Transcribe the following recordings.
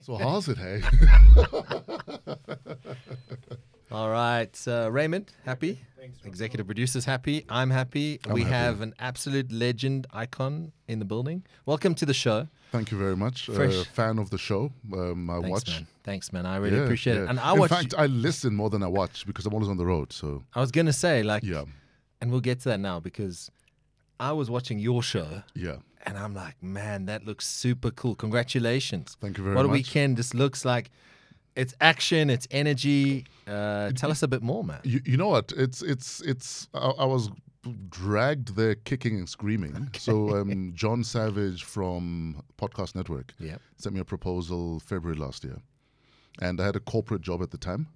So how's it, hey? All right, uh, Raymond, happy. Executive producers happy. I'm happy. we happy. have an absolute legend icon in the building. Welcome to the show. Thank you very much. Uh, Fresh. fan of the show. Um, I Thanks, watch. man. Thanks, man. I really Yeah, appreciate it. yeah. And I In watch. fact, I listen more than I watch because I'm always on the road. So I was gonna say like, yeah, and we'll get to that now because I was watching your show yeah. and I'm like, man, that looks super cool. Congratulations. Thank you very what much. a weekend this looks like. It's action. It's energy. Uh, tell us a bit more, man. You, you know what? It's it's it's. I, I was dragged there kicking and screaming. So um, John Savage from Podcast Network Yep. sent me a proposal February last year, and I had a corporate job at the time,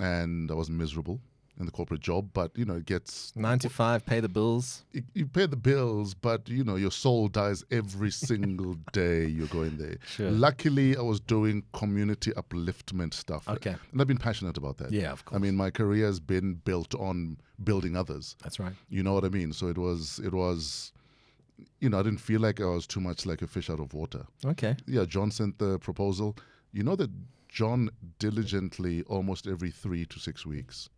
and I was miserable in the corporate job. But you know, it gets Nine to five, pay the bills. it- you pay the bills, but you know your soul dies every single day you're going there. Sure. Luckily, I was doing community upliftment stuff. Okay. and I've been passionate about that. Yeah, of I course. mean, my career has been built on building others. That's right. You know what I mean? So it was, it was, you know, I didn't feel like I was too much like a fish out of water. Okay. Yeah, John sent the proposal. You know that John diligently, almost every three to six weeks,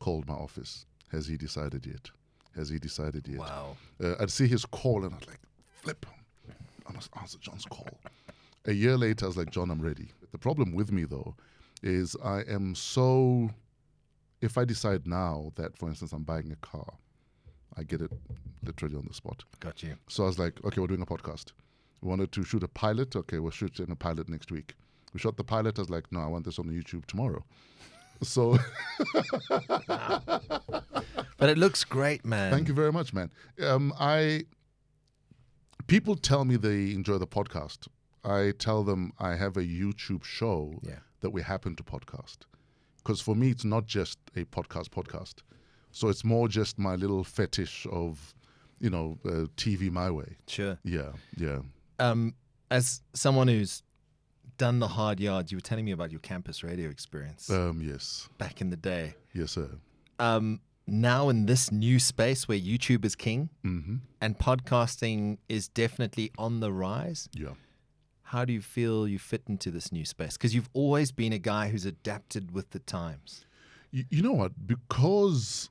called my office. Has he decided yet? Has he decided yet? Wow. Uh, I'd see his call and I'd like, flip, I must answer John's call. A year later, I was like, John, I'm ready. The problem with me, though, is I am so. If I decide now that, for instance, I'm buying a car, I get it literally on the spot. Got you. So I was like, okay, we're doing a podcast. We wanted to shoot a pilot. Okay, we're shooting a pilot next week. We shot the pilot. I was like, no, I want this on YouTube tomorrow. So But it looks great, man. Thank you very much, man. Um, I people tell me they enjoy the podcast. I tell them I have a YouTube show Yeah. that we happen to podcast. Because for me, it's not just a podcast podcast. So it's more just my little fetish of, you know, uh, TV my way. Sure. Yeah, yeah. Um, as someone who's done the hard yards, you were telling me about your campus radio experience Um, yes, back in the day. yes, sir. Um, now in this new space where YouTube is king hmm and podcasting is definitely on the rise, Yeah. how do you feel you fit into this new space? Because you've always been a guy who's adapted with the times. You, you know what? Because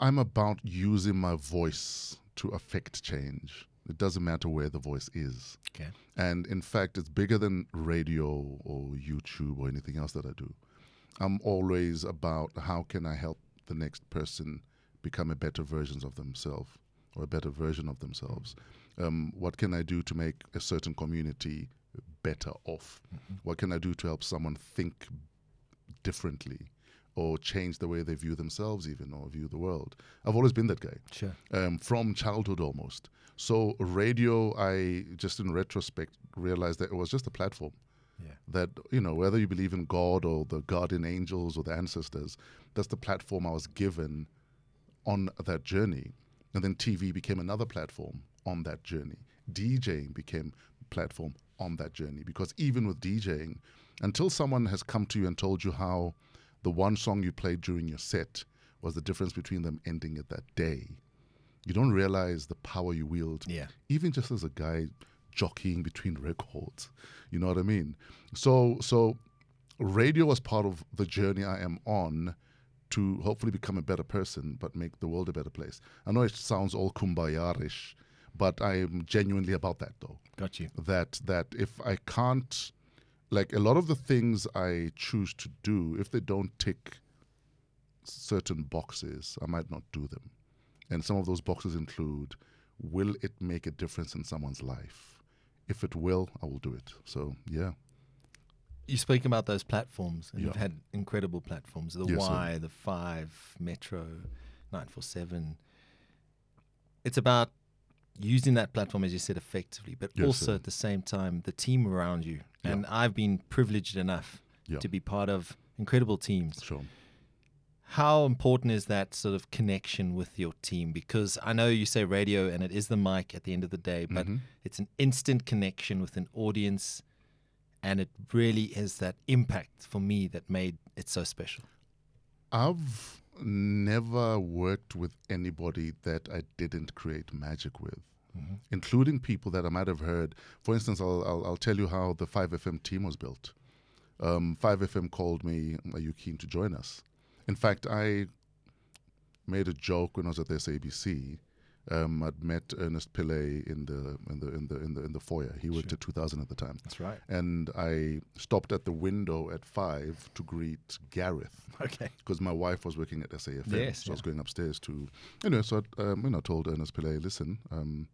I'm about using my voice to affect change. It doesn't matter where the voice is. Okay. And in fact, it's bigger than radio or YouTube or anything else that I do. I'm always about how can I help the next person become a better version of themselves or a better version of themselves. Um, what can I do to make a certain community better off? What can I do to help someone think differently or change the way they view themselves, even or view the world? I've always been that guy Sure. um, from childhood almost. So radio, I just in retrospect realized that it was just a platform. Yeah. That you know, whether you believe in God or the guardian angels or the ancestors, that's the platform I was given on that journey. And then TV became another platform on that journey. DJing became platform on that journey because even with DJing, until someone has come to you and told you how the one song you played during your set was the difference between them ending it that day, you don't realize the power you wield. Yeah. Even just as a guy jockeying between records, you know what I mean? So so radio was part of the journey I am on to hopefully become a better person, but make the world a better place. I know it sounds all kumbaya-ish, but I am genuinely about that though. Got you. That that if I can't, like a lot of the things I choose to do, if they don't tick certain boxes, I might not do them. And some of those boxes include: Will it make a difference in someone's life? If it will, I will do it. So yeah. You speak about those platforms, and you've Yeah. had incredible platforms the Yes, sir. Y, the 5, Metro, 947. It's about using that platform, as you said, effectively, but Yes, also sir. at the same time, the team around you. And I've been privileged enough Yeah. to be part of incredible teams. Sure. How important is that sort of connection with your team? Because I know you say radio and it is the mic at the end of the day, but it's an instant connection with an audience. And it really is that impact for me that made it so special. I've never worked with anybody that I didn't create magic with. including people that I might have heard. For instance, I'll, I'll, I'll tell you how the 5FM team was built. Um, 5FM called me, Are you keen to join us? In fact, I made a joke when I was at the SABC. Um, I'd met Ernest Pillay in the in the in the in the, in the foyer. He worked at 2000 at the time. That's right. And I stopped at the window at five to greet Gareth Okay. because my wife was working at SAFM, Yes, so I was going upstairs to, anyway. So I, um, you know, I told Ernest Pillay, listen, um,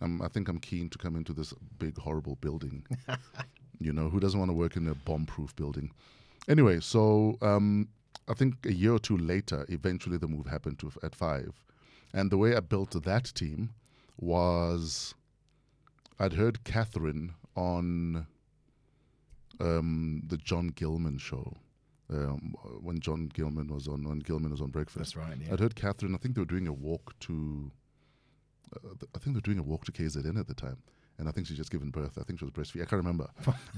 I'm, I think I'm keen to come into this big horrible building. you know, who doesn't want to work in a bomb-proof building? Anyway, so um, I think a year or two later, eventually the move happened to at five, and the way I built that team was, I'd heard Catherine on um, the John Gilman show um, when John Gilman was on when Gilman was on Breakfast. That's right. Yeah. I'd heard Catherine. I think they were doing a walk to. Uh, th- I think they were doing a walk to KZN at the time, and I think she'd just given birth. I think she was breastfeeding. I can't remember,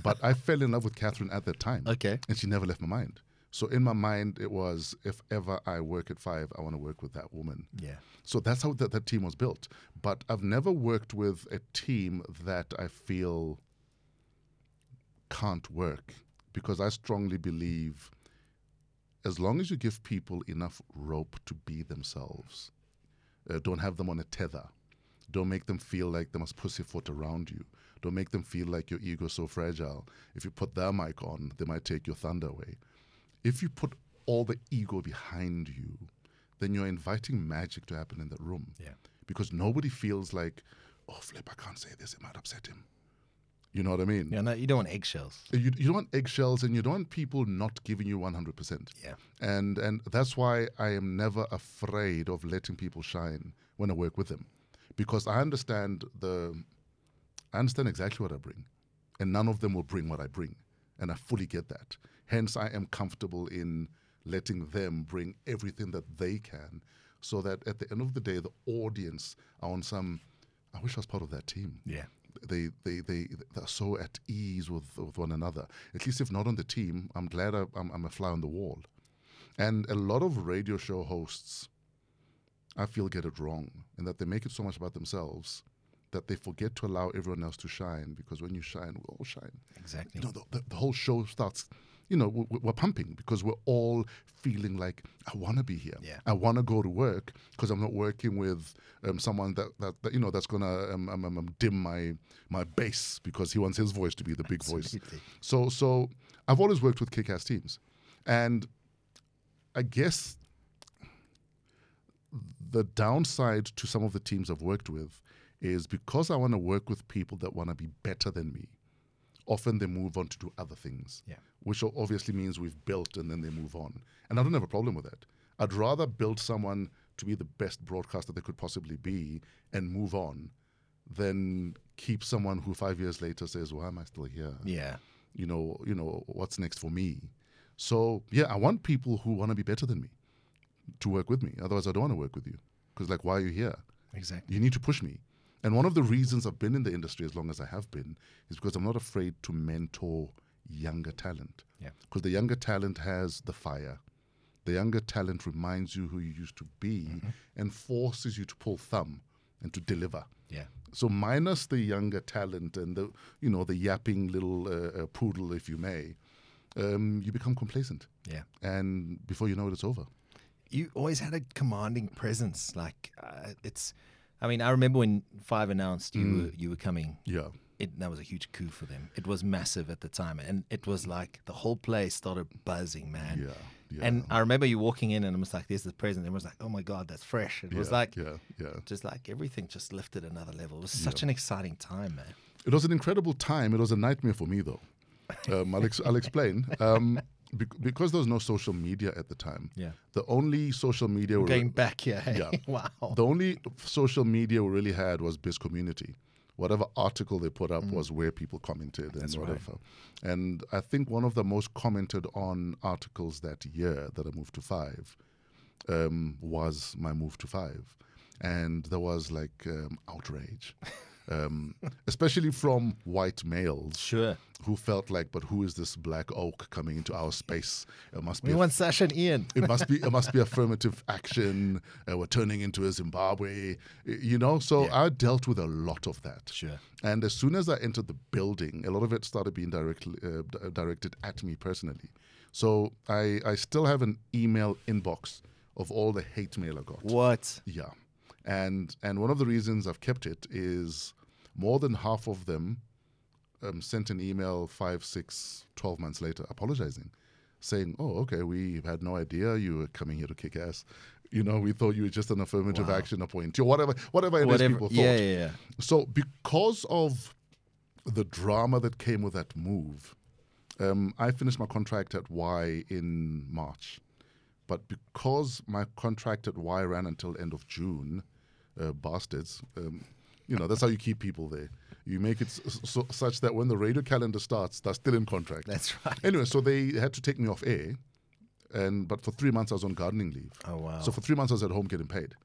but I fell in love with Catherine at that time, Okay. and she never left my mind. So in my mind, it was if ever I work at five, I want to work with that woman. Yeah. So that's how that, that team was built. But I've never worked with a team that I feel can't work because I strongly believe as long as you give people enough rope to be themselves, uh, don't have them on a tether, don't make them feel like they must pussyfoot around you, don't make them feel like your ego is so fragile. If you put their mic on, they might take your thunder away. If you put all the ego behind you, then you're inviting magic to happen in the room Yeah. because nobody feels like, oh, flip, I can't say this, it might upset him. You know what I mean? Yeah. No, you don't want eggshells. You, you don't want eggshells and you don't want people not giving you 100%. Yeah. And, and that's why I am never afraid of letting people shine when I work with them because I understand the, I understand exactly what I bring and none of them will bring what I bring. And I fully get that. Hence, I am comfortable in letting them bring everything that they can so that at the end of the day, the audience are on some, I wish I was part of that team Yeah. they they they they're so at ease with, with one another. At least if not on the team, I'm glad I, I'm, I'm a fly on the wall. And a lot of radio show hosts, I feel, get it wrong, in that they make it so much about themselves that they forget to allow everyone else to shine. Because when you shine, we all shine. Exactly. You know, the, the, the whole show starts. You know, we- we're pumping because we're all feeling like I want to be here. Yeah. I want to go to work because I'm not working with um, someone that, that, that you know that's gonna um, um, um, um, dim my my bass because he wants his voice to be the big voice. Absolutely. So so I've always worked with kick-ass teams, and I guess the downside to some of the teams I've worked with is because I want to work with people that want to be better than me. Often they move on to do other things Yeah. which o- obviously means we've built and then they move on. And I don't have a problem with that. I'd rather build someone to be the best broadcaster they could possibly be and move on than keep someone who five years later says, Why am I still here? Yeah. You know, you know, what's next for me? So yeah, I want people who want to be better than me to work with me. Otherwise I don't want to work with you. Because like why are you here? Exactly. You need to push me. And one of the reasons I've been in the industry as long as I have been is because I'm not afraid to mentor younger talent. Yeah. Because the younger talent has the fire. The younger talent reminds you who you used to be and forces you to pull thumb and to deliver. Yeah. So minus the younger talent and the you know the yapping little uh, uh, poodle, if you may, um, you become complacent, Yeah. and before you know it, it's over. you always had a commanding presence. Like uh, it's, I mean, I remember when Five announced you Mm. were you were coming. Yeah, It, that was a huge coup for them. It was massive at the time, and it was like the whole place started buzzing, man. yeah, yeah. And I remember you walking in, and I was like, "There's the present." Everyone was like, "Oh my god, that's fresh!" It was yeah, like, yeah, yeah. just like everything just lifted another level. It was such an exciting time, man. It was an incredible time. It was a nightmare for me, though. Um, I'll, ex- I'll explain. Um, bec- because there was no social media at the time, Yeah. the only social media we Going back here, hey? Yeah. wow. the only social media we really had was Biz Community. Whatever article they put Mm. up was where people commented and whatever. And I think one of the most commented on articles that year that I moved to five um, was my move to five. And there was like um, outrage. um, especially from white males Sure. who felt like, but who is this black oak coming into our space? It must be We a want Sasha and Ian. it must be it must be affirmative action. Uh, we're turning into a Zimbabwe, y- you know. So I dealt with a lot of that. Sure. And as soon as I entered the building, a lot of it started being directly uh, d- directed at me personally. So I I still have an email inbox of all the hate mail I got. What? Yeah, and and one of the reasons I've kept it is more than half of them um, sent an email five, six, 12 months later apologizing, saying, "Oh, okay, we had no idea you were coming here to kick ass. You know, we thought you were just an affirmative action appointee or whatever, whatever it is Whatever. people thought." Yeah, yeah, yeah. So because of the drama that came with that move, um, I finished my contract at Y in March. But because my contract at Y ran until end of June, uh, bastards, um, you know, that's how you keep people there. You make it s- s- so, such that when the radio calendar starts, they're still in contract. That's right. Anyway, so they had to take me off air. And, but for three months, I was on gardening leave. Oh, wow. So for three months, I was at home getting paid.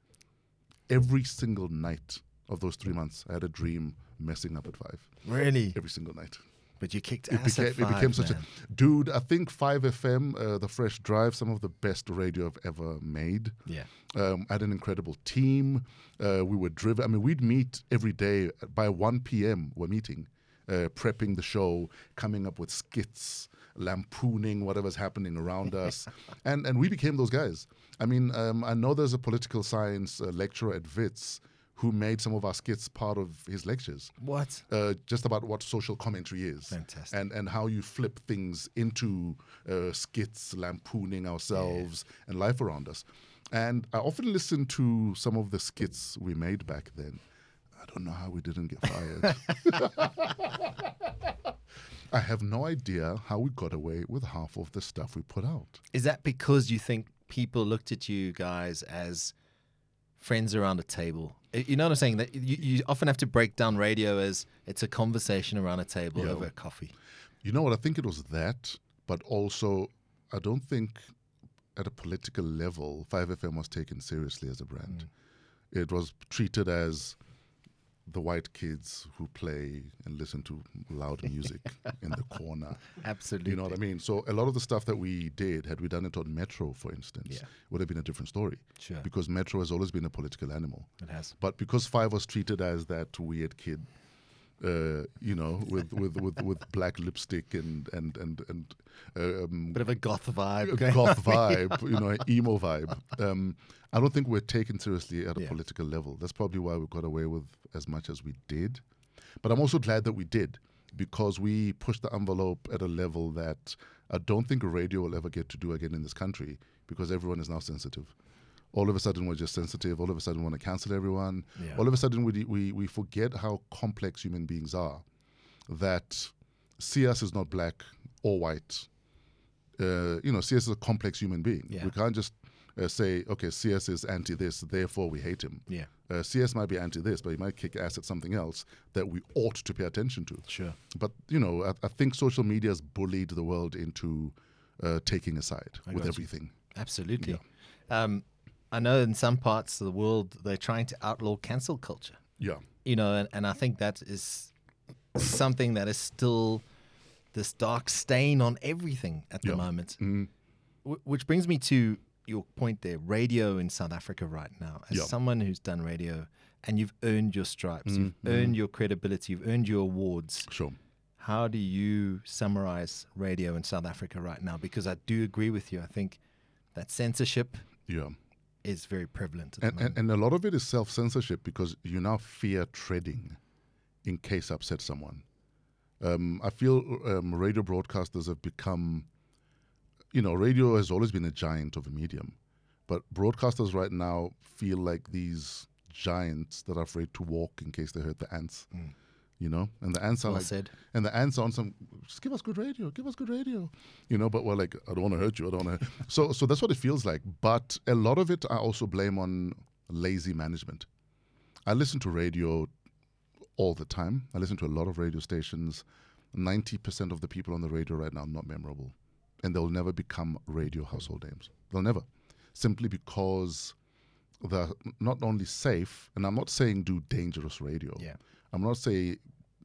Every single night of those three months, I had a dream messing up at five. Really? Every single night. But you kicked It ass became, at five, it became such man. a. Dude, I think 5 FM, uh, The Fresh Drive, some of the best radio I've ever made. Yeah. Um, I had an incredible team. Uh, we were driven. I mean, we'd meet every day by 1 p.m. We're meeting, uh, prepping the show, coming up with skits, lampooning whatever's happening around us, and and we became those guys. I mean, um, I know there's a political science uh, lecturer at Vits who made some of our skits part of his lectures What? uh, just about what social commentary is. Fantastic. And, and how you flip things into uh, skits, lampooning ourselves and life around us. And I often listen to some of the skits we made back then. I don't know how we didn't get fired. I have no idea how we got away with half of the stuff we put out. Is that because you think people looked at you guys as friends around a table? I- You know what I'm saying? That you, you often have to break down radio as it's a conversation around a table Yeah. over a coffee. You know what? I think it was that, but also, I don't think at a political level, 5FM was taken seriously as a brand. Mm. It was treated as the white kids who play and listen to loud music in the corner. Absolutely. You know what I mean? So a lot of the stuff that we did, had we done it on Metro, for instance, Yeah. would have been a different story. Sure. Because Metro has always been a political animal. It has. But because Five was treated as that weird kid, uh, you know, with with, with, with black lipstick and and and and uh, um, Bit of a goth vibe. a going goth vibe, you know, emo vibe. Um, I don't think we're taken seriously at a Yeah. political level. That's probably why we got away with as much as we did. But I'm also glad that we did because we pushed the envelope at a level that I don't think radio will ever get to do again in this country because everyone is now sensitive. All of a sudden, we're just sensitive. All of a sudden, we want to cancel everyone. Yeah. All of a sudden, we, we, we forget how complex human beings are. That CS is not black or white uh, you know, CS is a complex human being. Yeah. We can't just uh, say, okay, CS is anti this, therefore we hate him. Yeah. Uh, CS might be anti this, but he might kick ass at something else that we ought to pay attention to. Sure. But, you know, I, I think social media has bullied the world into uh, taking a side with everything. Absolutely. Um, I know in some parts of the world they're trying to outlaw cancel culture. Yeah. you know, and, and I think that is something that is still this dark stain on everything at the Yeah. Mm-hmm. moment. Wh- which brings me to your point there radio in South Africa right now. As Yeah. someone who's done radio and you've earned your stripes, you've Mm-hmm. earned your credibility, you've earned your awards. Sure. How do you summarize radio in South Africa right now? Because I do agree with you. I think that censorship Yeah. is very prevalent at the And, moment. and, and a lot of it is self censorship because you now fear treading in case upset someone. Um, I feel um, radio broadcasters have become, you know, radio has always been a giant of a medium, but broadcasters right now feel like these giants that are afraid to walk in case they hurt the ants. You know, and the ants are Mm. Well like, said. and the ants are on some. Just give us good radio, give us good radio. You know, but we're like, I don't want to hurt you. I don't want to. so, so that's what it feels like. But a lot of it, I also blame on lazy management. I listen to radio all the time. I listen to a lot of radio stations. 90% of the people on the radio right now are not memorable. And they'll never become radio household names. They'll never. Simply because they're not only safe, and I'm not saying do dangerous radio. Yeah. I'm not saying,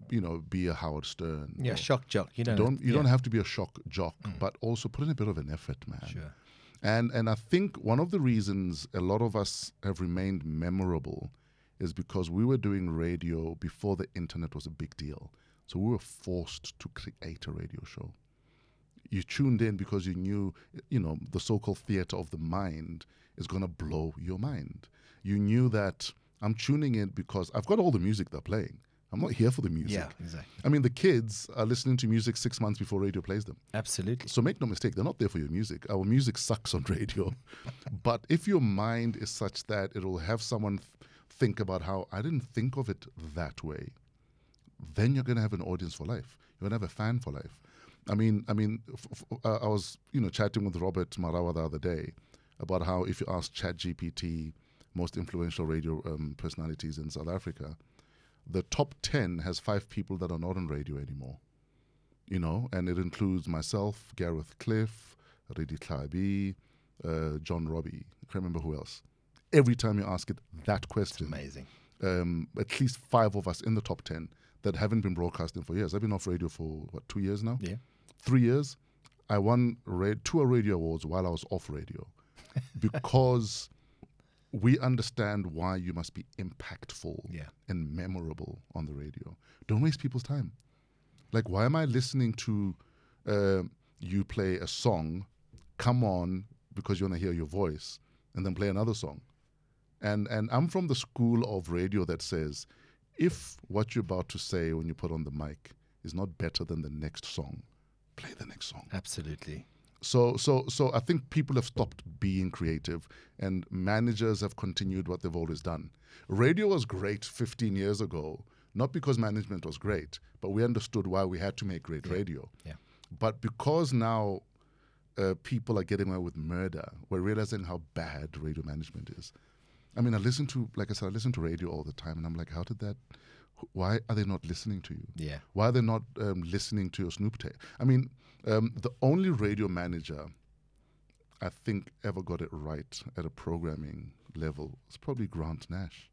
you know, be a Howard Stern. Yeah, or- shock jock. You don't. don't you yeah, Mm. don't have to be a shock jock, but also put in a bit of an effort, man. Sure. And and I think one of the reasons a lot of us have remained memorable is because we were doing radio before the internet was a big deal. So we were forced to create a radio show. You tuned in because you knew, you know, the so-called theater of the mind is going to blow your mind. You knew that I'm tuning in because I've got all the music they're playing. I'm not here for the music. Yeah, exactly. I mean, the kids are listening to music six months before radio plays them. Absolutely. So make no mistake, they're not there for your music. Our music sucks on radio. but if your mind is such that it'll have someone th- think about how I didn't think of it that way, then you're going to have an audience for life. You're going to have a fan for life. I mean, I mean, f- f- uh, I was you know chatting with Robert Marawa the other day about how if you ask ChatGPT most influential radio um, personalities in South Africa, the top ten has five people that are not on radio anymore you know, and it includes myself, Gareth Cliff, Reddy Kleiby, uh, John Robbie. I can't remember who else. Every time you ask it that question, Amazing. um, at least five of us in the top 10 that haven't been broadcasting for years. I've been off radio for, what, two years now? Yeah. Three years. I won ra- two radio awards while I was off radio because we understand why you must be impactful Yeah. and memorable on the radio. Don't waste people's time. Like, why am I listening to uh, you play a song, come on, because you want to hear your voice, and then play another song? And, and I'm from the school of radio that says if what you're about to say when you put on the mic is not better than the next song, play the next song. Absolutely. So, so, so I think people have stopped being creative, and managers have continued what they've always done. Radio was great 15 years ago, not because management was great, but we understood why we had to make great radio. Yeah. But because now uh, people are getting away with murder, we're realizing how bad radio management is. I mean, I listen to, like I said, I listen to radio all the time, and I'm like, how did that? wh- Why are they not listening to you? Yeah. Why are they not um, listening to your Snoop tape? I mean, um, the only radio manager I think ever got it right at a programming level was probably Grant Nash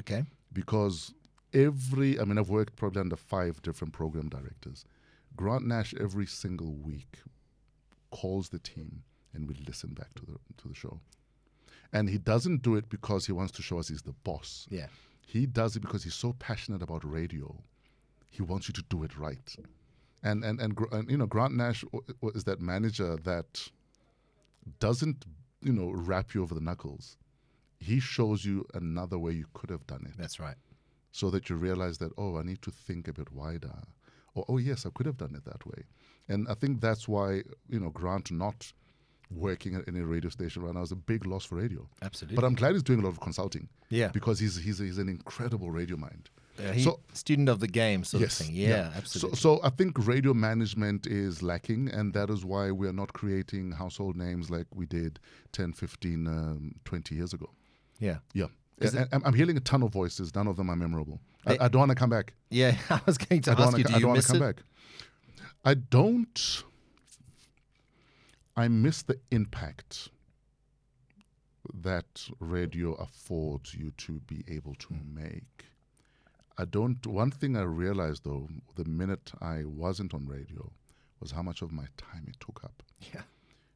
Okay. because every I mean I've worked probably under five different program directors. Grant Nash every single week calls the team and we listen back to the to the show. And he doesn't do it because he wants to show us he's the boss. Yeah. He does it because he's so passionate about radio. He wants you to do it right. And and and, Gr- and you know Grant Nash w- w- is that manager that doesn't you know wrap you over the knuckles. He shows you another way you could have done it That's right. so that you realize that oh i need to think a bit wider or oh yes i could have done it that way and i think that's why you know grant not working at any radio station right now is a big loss for radio Absolutely. but i'm glad he's doing a lot of consulting yeah. because he's he's, he's an incredible radio mind Uh, he- so- student of the game sort Yes, of thing. Yeah. yeah. so, Absolutely. so i think radio management is lacking and that is why we're not creating household names like we did 10 15 um, 20 years ago yeah. yeah Is And- and I'm hearing a ton of voices. None of them are memorable. I, They- I don't want to come back. Yeah. I was going to I don't ask wanna you. co- Do I you don't wanna miss come it? back. I don't. I miss the impact that radio affords you to be able to Hmm. make. I don't. One thing I realized though, the minute I wasn't on radio, was how much of my time it took up. Yeah.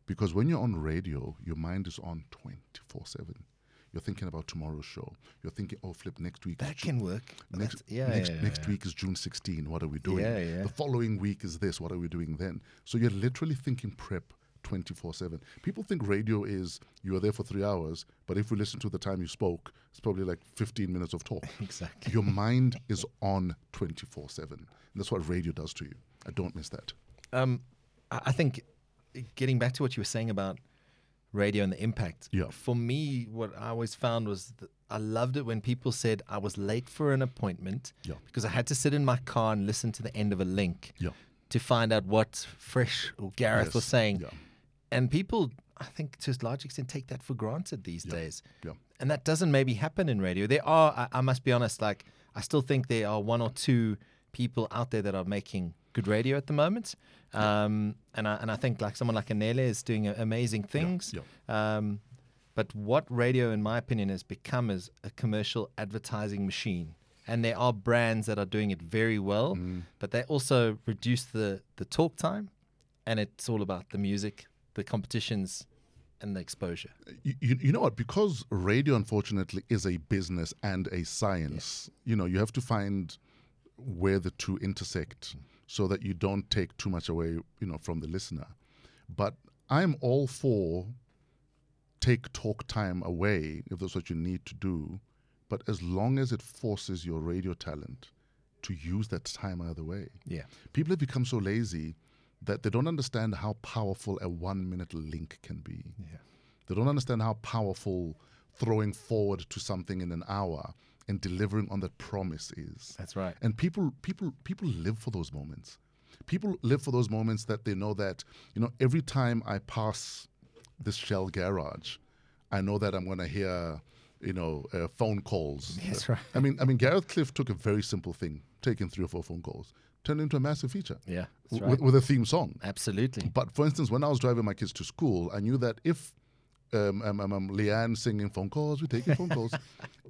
Because when you're on radio, your mind is on 24 7. You're thinking about tomorrow's show. You're thinking, oh, flip, next week. is That Ju- can work. Next, That's- yeah, next, yeah, yeah, next yeah. week is June 16. What are we doing? Yeah, yeah. The following week is this. What are we doing then? So you're literally thinking prep 24 7. People think radio is you are there for three hours, but if we listen to the time you spoke, it's probably like 15 minutes of talk. Exactly. Your mind is on 24 7. And that's what radio does to you. I don't miss that. Um, I I think getting back to what you were saying about radio and the impact. Yeah. For me, what I always found was that I loved it when people said I was late for an appointment Yeah. because I had to sit in my car and listen to the end of a link Yeah. to find out what Fresh or Gareth Yes, was saying. yeah. And people, I think, to a large extent, take that for granted these days. yeah. And that doesn't maybe happen in radio. There are, I, I must be honest, like, I still think there are one or two people out there that are making good radio at the moment. Um, and, I, and I think, like, someone like Anele is doing a- amazing things. yeah. Um, but what radio, in my opinion, has become is a commercial advertising machine. And there are brands that are doing it very well, but they also reduce the, the talk time. And it's all about the music, the competitions, and the exposure. you, you you know what? Because radio, unfortunately, is a business and a science. You know, you have to find where the two intersect so that you don't take too much away, you know, from the listener. But I'm all for take talk time away if that's what you need to do. But as long as it forces your radio talent to use that time either way. Yeah. People have become so lazy that they don't understand how powerful a one minute link can be. Yeah. They don't understand how powerful throwing forward to something in an hour and delivering on that promise is. That's right. And people people people live for those moments. People live for those moments that they know that, you know, every time I pass this shell garage, I know that I'm going to hear, you know, uh, phone calls. Uh, That's right. I mean, I mean, Gareth Cliff took a very simple thing, taking three or four phone calls, turned it into a massive feature Yeah. That's w- right. with, with a theme song. Absolutely. But for instance, when I was driving my kids to school, I knew that if um, um, um, um, Leanne singing phone calls, we're taking phone calls.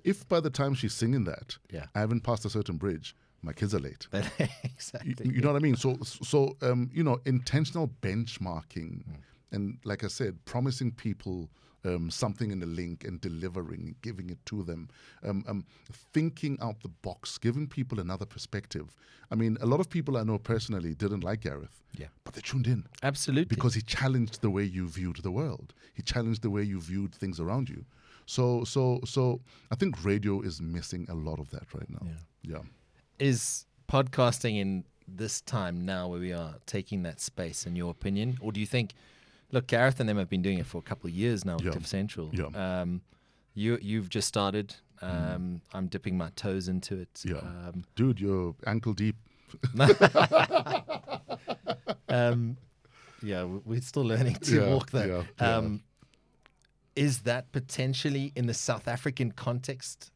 If by the time she's singing that, Yeah. I haven't passed a certain bridge, my kids are late. But You, exactly. you know what I mean? So, so um, you know, intentional benchmarking, Mm. and like I said, promising people um, something in a link and delivering, giving it to them, um, um, thinking out the box, giving people another perspective. I mean, a lot of people I know personally didn't like Gareth, Yeah. but they tuned in Absolutely. because he challenged the way you viewed the world. He challenged the way you viewed things around you. So, so, so, I think radio is missing a lot of that right now. Yeah. is podcasting in this time now where we are taking that space in your opinion or do you think look gareth and them have been doing it for a couple of years now with Yeah. Diff central Yeah. Mm. um, you, you've just started um, i'm dipping my toes into it Yeah. um, dude, you're ankle deep. um, yeah w- we're still learning to Yeah, walk that yeah, yeah. Um, is that potentially in the south african context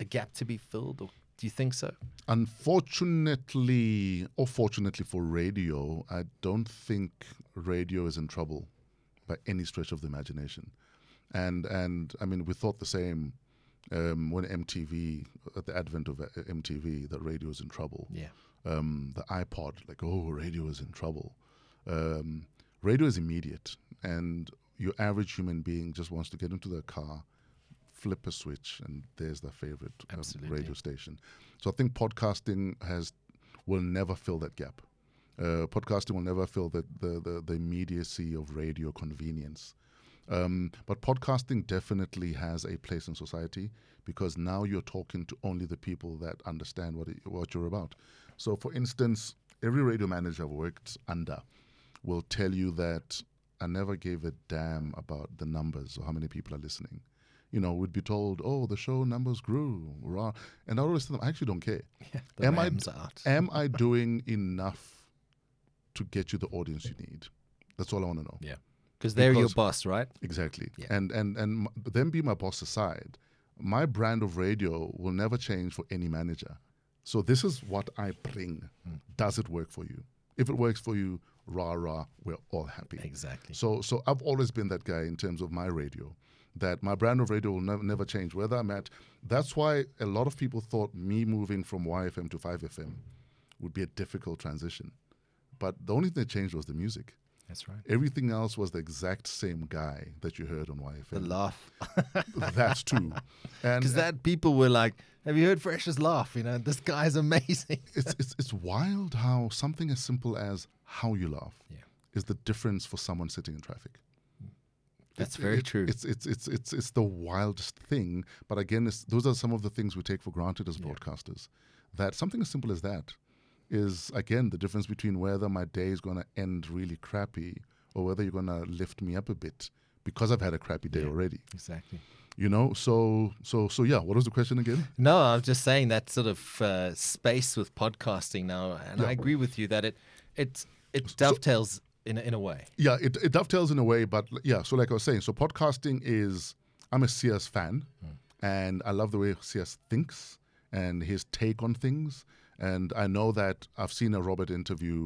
a gap to be filled or do you think so Unfortunately, or fortunately for radio, I don't think radio is in trouble by any stretch of the imagination. And and I mean, we thought the same um, when MTV, at the advent of uh, MTV, that radio is in trouble. yeah um, the iPod, like, oh, radio is in trouble. Um, radio is immediate, and your average human being just wants to get into their car, flip a switch, and there's their favorite um, Absolutely. radio station. So I think podcasting has will never fill that gap. Uh, podcasting will never fill the, the, the, the immediacy of radio convenience. Um, but podcasting definitely has a place in society because now you're talking to only the people that understand what it, what you're about. So, for instance, every radio manager I've worked under will tell you that I never gave a damn about the numbers or how many people are listening. You know, we'd be told, "Oh, the show numbers grew," rah," and I always tell them, "I actually don't care. the Am I- Rams are out Am I doing enough to get you the audience you need? That's all I want to know." yeah because they're your Because- boss right Exactly. Yeah. And and and m- them be my boss aside, my brand of radio will never change for any manager. So this is what I bring. Does it work for you? If it works for you, rah rah, we're all happy. exactly So so I've always been that guy in terms of my radio. That my brand of radio will nev- never change. Whether I'm at, that's why a lot of people thought me moving from YFM to 5FM would be a difficult transition. But the only thing that changed was the music. that's right Everything else was the exact same guy that you heard on the YFM. laugh That's too. And because that people were like have you heard fresh's laugh you know this guy's amazing it's, it's, it's wild how something as simple as how you laugh Yeah. is the difference for someone sitting in traffic. that's It- very it- true It's, it's, it's, it's, it's the wildest thing. But again, it's, those are some of the things we take for granted as broadcasters. That something as simple as that is, again, the difference between whether my day is going to end really crappy or whether you're going to lift me up a bit because I've had a crappy day already. exactly you know so so so yeah what was the question again no i was just saying that sort of uh, space with podcasting now and i agree with you that it it it dovetails in, a- in a way yeah it, it dovetails in a way but l- yeah so like i was saying so podcasting is i'm a cs fan and i love the way cs thinks and his take on things and i know that i've seen a robert interview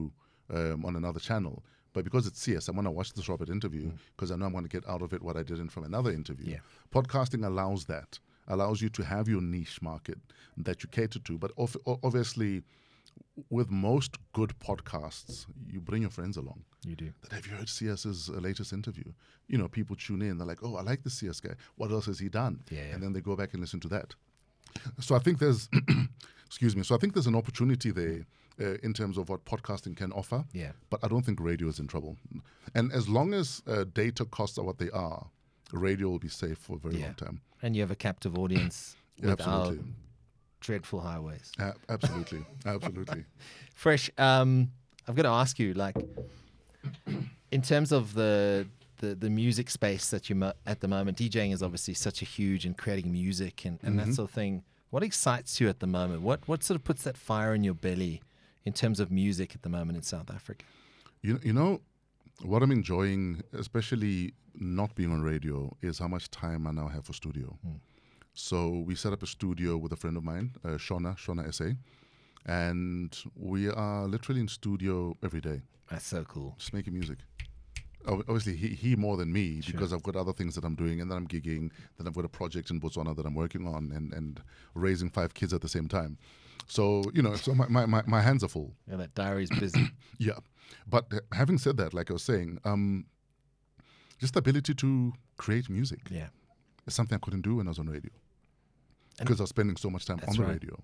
um, on another channel but because it's cs i'm going to watch this robert interview because i know i'm going to get out of it what i didn't from another interview Yeah. podcasting allows that allows you to have your niche market that you cater to. But of, o- obviously, with most good podcasts, you bring your friends along. You do. That have you heard CS's latest interview? You know, people tune in. They're like, "Oh, I like the CS guy. What else has he done?" Yeah, yeah. And then they go back and listen to that. So I think there's, excuse me. So I think there's an opportunity there uh, in terms of what podcasting can offer. Yeah. But I don't think radio is in trouble. And as long as uh, data costs are what they are, radio will be safe for a very Yeah. long time. And you have a captive audience Yeah, with our absolutely. dreadful highways. Uh, absolutely. absolutely. Fresh, um, I've got to ask you, like, in terms of the the, the music space that you're mo- at the moment, DJing is obviously such a huge and creating music and, and that sort of thing. What excites you at the moment? What what sort of puts that fire in your belly in terms of music at the moment in South Africa? You, you know, what I'm enjoying, especially not being on radio, is how much time I now have for studio. So we set up a studio with a friend of mine, uh, Shauna, Shauna SA. And we are literally in studio every day, That's so cool. just making music. Ob- Obviously, he, he more than me because I've got other things that I'm doing and then I'm gigging, then I've got a project in Botswana that I'm working on and, and raising five kids at the same time. So, you know, so my, my, my, my hands are full. Yeah, that diary's busy. Yeah, but uh, having said that, like I was saying, um, just the ability to create music yeah. is something I couldn't do when I was on radio because I was spending so much time on the right. radio.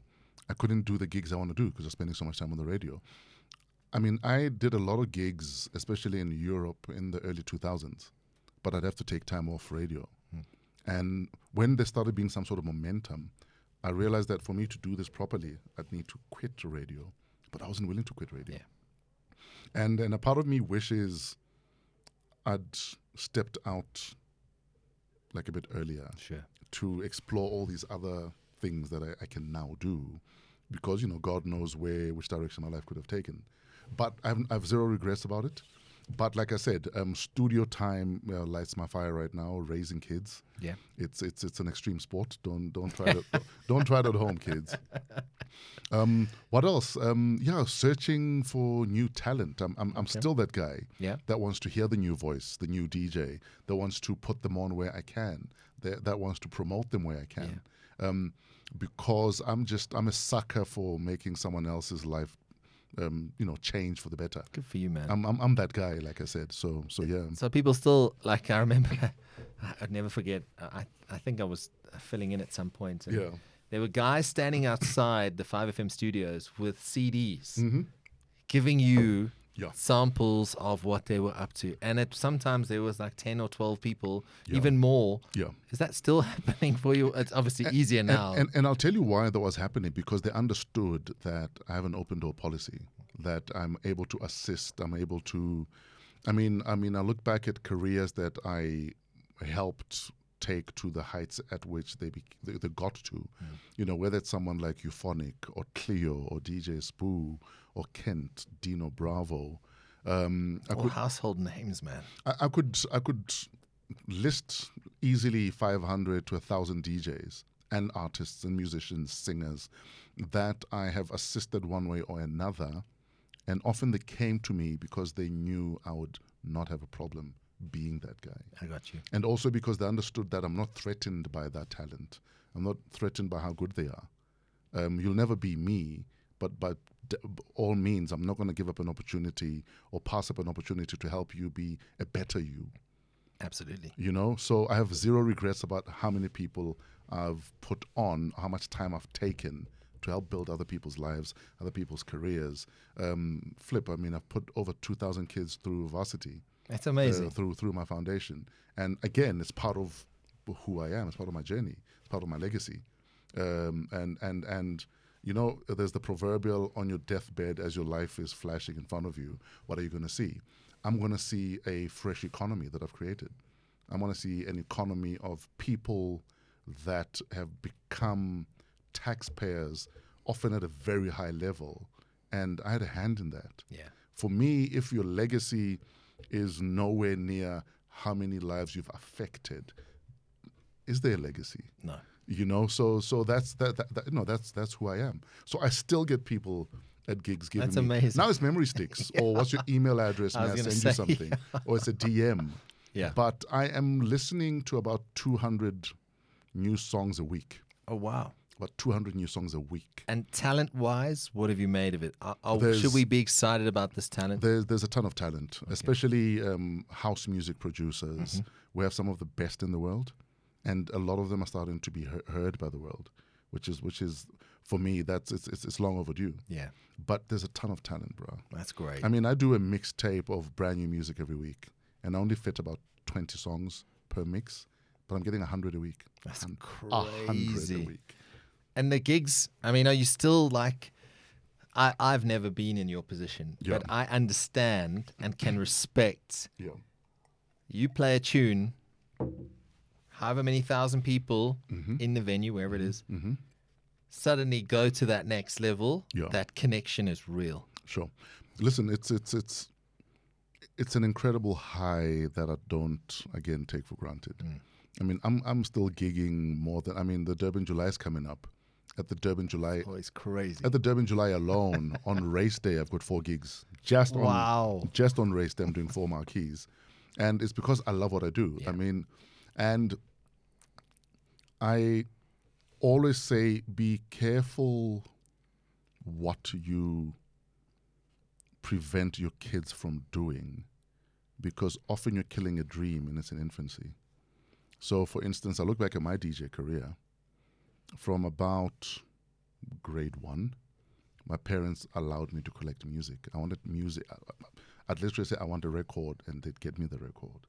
I couldn't do the gigs I want to do because I was spending so much time on the radio. I mean, I did a lot of gigs, especially in Europe in the early 2000s, but I'd have to take time off radio. And when there started being some sort of momentum, I realized that for me to do this properly, I'd need to quit radio, but I wasn't willing to quit radio. Yeah. And and a part of me wishes I'd stepped out like a bit earlier Sure. to explore all these other things that I, I can now do because you know God knows where which direction my life could have taken but I've, I've zero regrets about it but like I said um, studio time uh, lights my fire right now raising kids Yeah. it's it's it's an extreme sport don't don't try it at, don't try it at home kids um, what else um, yeah searching for new talent I'm, I'm, I'm still that guy Yeah. that wants to hear the new voice, the new DJ, that wants to put them on where I can, that, that wants to promote them where I can. Um, because I'm just, I'm a sucker for making someone else's life, um, you know, change for the better. Good for you, man. I'm, I'm, I'm that guy, like I said. So, so yeah. So people still like I remember, I- I'd never forget. I I think I was filling in at some point. And Yeah. There were guys standing outside the Five FM studios with CDs, giving you Mm-hmm. Yeah. samples of what they were up to, and it sometimes there was like ten or twelve people, Yeah. even more. Yeah. Is that still happening for you? It's obviously easier now. And, and, and I'll tell you why that was happening because they understood that I have an open door policy, that I'm able to assist, I'm able to. I mean, I mean, I look back at careers that I helped take to the heights at which they bec they, they got to. You know, whether it's someone like Euphonic or Cleo or DJ Spoo or Kent, Dino Bravo. Um, I All household names, man. I, I could I could list easily 500 to 1000 DJs and artists and musicians singers that I have assisted one way or another and often they came to me because they knew I would not have a problem being that guy I got you. and also because they understood that I'm not threatened by that talent. I'm not threatened by how good they are. Um, you'll never be me, but by d- b- all means, I'm not going to give up an opportunity or pass up an opportunity to help you be a better you. Absolutely. You know, so I have zero regrets about how many people I've put on, how much time I've taken to help build other people's lives, other people's careers. Um, flip, I mean, I've put over 2,000 kids through varsity That's uh, amazing. through through my foundation. And again, it's part of who I am. It's part of my journey. It's part of my legacy. Um, and and and you know, there's the proverbial on your deathbed as your life is flashing in front of you. What are you going to see? I'm going to see a fresh economy that I've created. I want to see an economy of people that have become taxpayers, often at a very high level. And I had a hand in that yeah. for me, if your legacy is nowhere near how many lives you've affected, is there a legacy? No. You know, so so that's that, that, that no, that's that's who I am. So I still get people at gigs giving That's me- amazing. now it's memory sticks or what's your email address I may I, was send gonna you say, something or it's a DM. Yeah. But I am listening to about 200 new songs a week, Oh wow. about 200 new songs a week. And talent wise, what have you made of it? Are, are- There's- should we be excited about this talent? There's, there's a ton of talent, especially um, house music producers. Mm-hmm. We have some of the best in the world, and a lot of them are starting to be he- heard by the world, which is which is for me that's it's it's, it's long overdue. yeah, But there's a ton of talent, bro. that's great. I mean, I do a mixtape of brand new music every week, and I only fit about 20 songs per mix, but I'm getting 100 a week. That's Hun- a hundred a crazy. week. And the gigs, I mean, are you still like? I, I've never been in your position, Yeah. but I understand and can respect. Yeah. You play a tune, however many thousand people Mm-hmm. in the venue, wherever it is, suddenly go to that next level. Yeah. That connection is real. Sure. Listen, it's it's it's it's an incredible high that I don't again take for granted. I mean, I'm I'm still gigging more than I mean, the Durban July is coming up. At the Durban July Oh, it's crazy. at the Durban July alone on race day, I've got four gigs just on Wow. just on race day. I'm doing four marquees, and it's because I love what I do. I mean, and I always say be careful what you prevent your kids from doing, because often you're killing a dream and it's in infancy. So, for instance, I look back at my DJ career from about grade one, my parents allowed me to collect music. I wanted music. I- I'd literally say, I want a record, and they'd get me the record.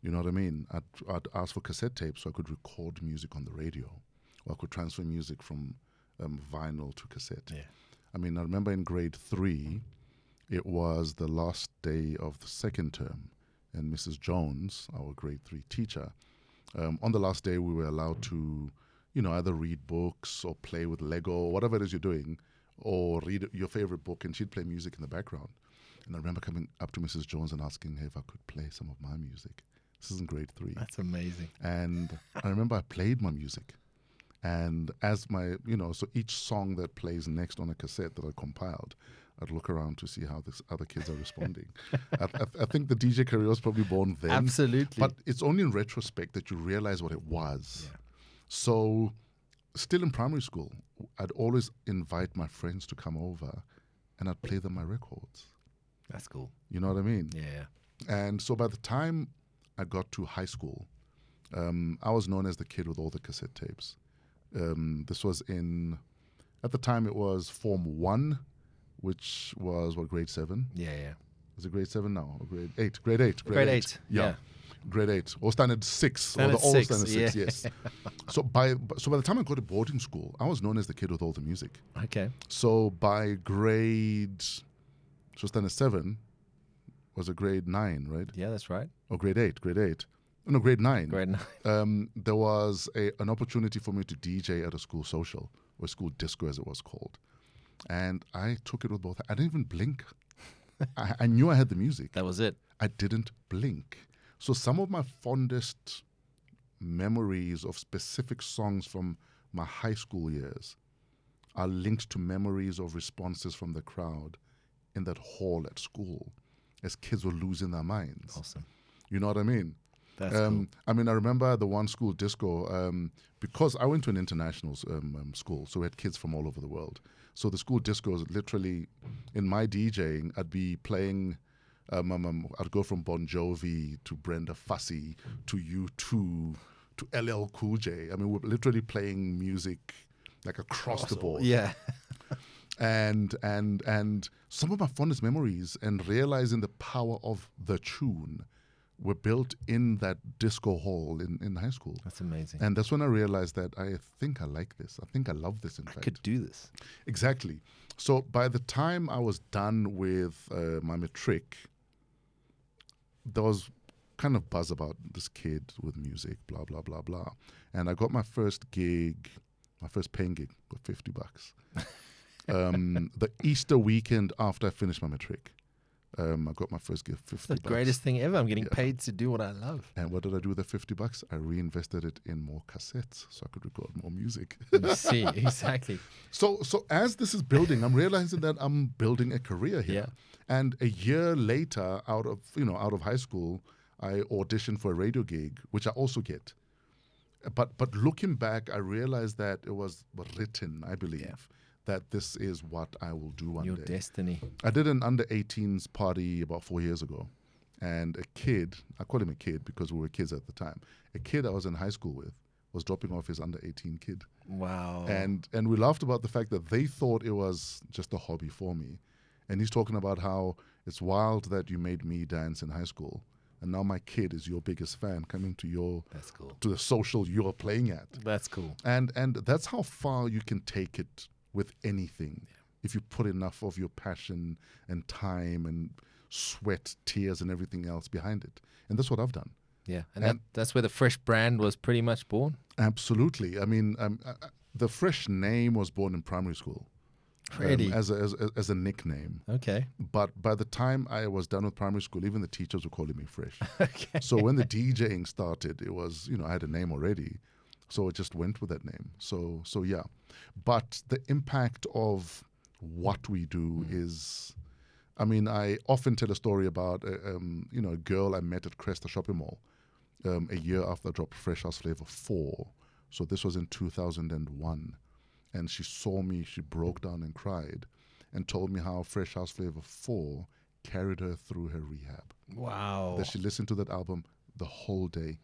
You know what I mean? I'd, I'd ask for cassette tapes so I could record music on the radio, or I could transfer music from um, vinyl to cassette. Yeah. I mean, I remember in grade three, it was the last day of the second term, and Mrs. Jones, our grade three teacher, um, on the last day we were allowed to, you know, either read books or play with Lego or whatever it is you're doing, or read your favorite book, and she'd play music in the background. And I remember coming up to Mrs. Jones and asking her if I could play some of my music. This is in grade three That's amazing. and I remember I played my music, and as my you know, so each song that plays next on a cassette that I compiled, I'd look around to see how this other kids are responding. I, I, I think the DJ career was probably born then, Absolutely. but it's only in retrospect that you realize what it was. So, still in primary school, I'd always invite my friends to come over, and I'd play them my records. That's cool. You know what I mean? Yeah. And so by the time I got to high school, um, I was known as the kid with all the cassette tapes. Um, this was in, at the time it was Form 1, which was what, grade 7? Yeah, yeah. Is it grade 7 now? Or grade 8? Grade 8. Grade eight, yeah. Grade 8. Or standard 6. or Standard the old six, standard 6, yeah. yes. so, by, so by the time I got to boarding school, I was known as the kid with all the music. Okay. So by grade, so standard 7 was a grade 9, right? Yeah, that's right. or Oh, grade eight, grade eight, no, grade nine. Great. Um, there was a, an opportunity for me to DJ at a school social or school disco, as it was called, and I took it with both. I didn't even blink. I, I knew I had the music. That was it. I didn't blink. So some of my fondest memories of specific songs from my high school years are linked to memories of responses from the crowd in that hall at school as kids were losing their minds. Awesome. You know what I mean? That's um, I mean, I remember the one school disco um, because I went to an international s- um, um, school, so we had kids from all over the world. So the school disco is literally, in my DJing, I'd be playing. Um, um, um, I'd go from Bon Jovi to Brenda Fassie to U two to LL Cool J. I mean, we're literally playing music like across the board Yeah. and and and some of my fondest memories and realizing the power of the tune were built in that disco hall in, in high school. That's amazing. And that's when I realized that I think I like this. I think I love this, in I fact. could do this. Exactly. So by the time I was done with uh, my matric, there was kind of buzz about this kid with music, blah blah blah blah, and I got my first gig, my first paying gig for fifty bucks. um, the Easter weekend after I finished my matric, um, I got my first gig, fifty. The bucks. greatest thing ever. I'm getting paid to do what I love. And what did I do with the fifty bucks? I reinvested it in more cassettes, so I could record more music. You see, exactly. So, so as this is building, I'm realizing that I'm building a career here. Yeah. And a year later, out of you know, out of high school, I auditioned for a radio gig, which I also get. but but looking back, I realized that it was written, I believe, that this is what I will do one Your day. destiny. I did an under 18s party about four years ago, and a kid, I call him a kid because we were kids at the time, a kid I was in high school with was dropping off his under 18 kid. Wow. And, and we laughed about the fact that they thought it was just a hobby for me. And he's talking about how it's wild that you made me dance in high school. And now my kid is your biggest fan coming to your That's cool. to the social you're playing at That's cool. and and that's how far you can take it with anything if you put enough of your passion and time and sweat tears and everything else behind it and that's what i've done Yeah. And, that, that's where the fresh brand was pretty much born. absolutely i mean um, uh, uh, the fresh name was born in primary school um, Really? as, a, as, a, as a nickname okay. but by the time i was done with primary school even the teachers were calling me fresh Okay. so when the DJing started, it was you know I had a name already, so it just went with that name. So so yeah, but the impact of what we do is, I mean, I often tell a story about uh, um, you know a girl I met at Cresta Shopping Mall, um, a year after I dropped Fresh House Flavor Four, so this was in two thousand and one, and she saw me, she broke down and cried, and told me how Fresh House Flavor Four carried her through her rehab Wow. that she listened to that album the whole day,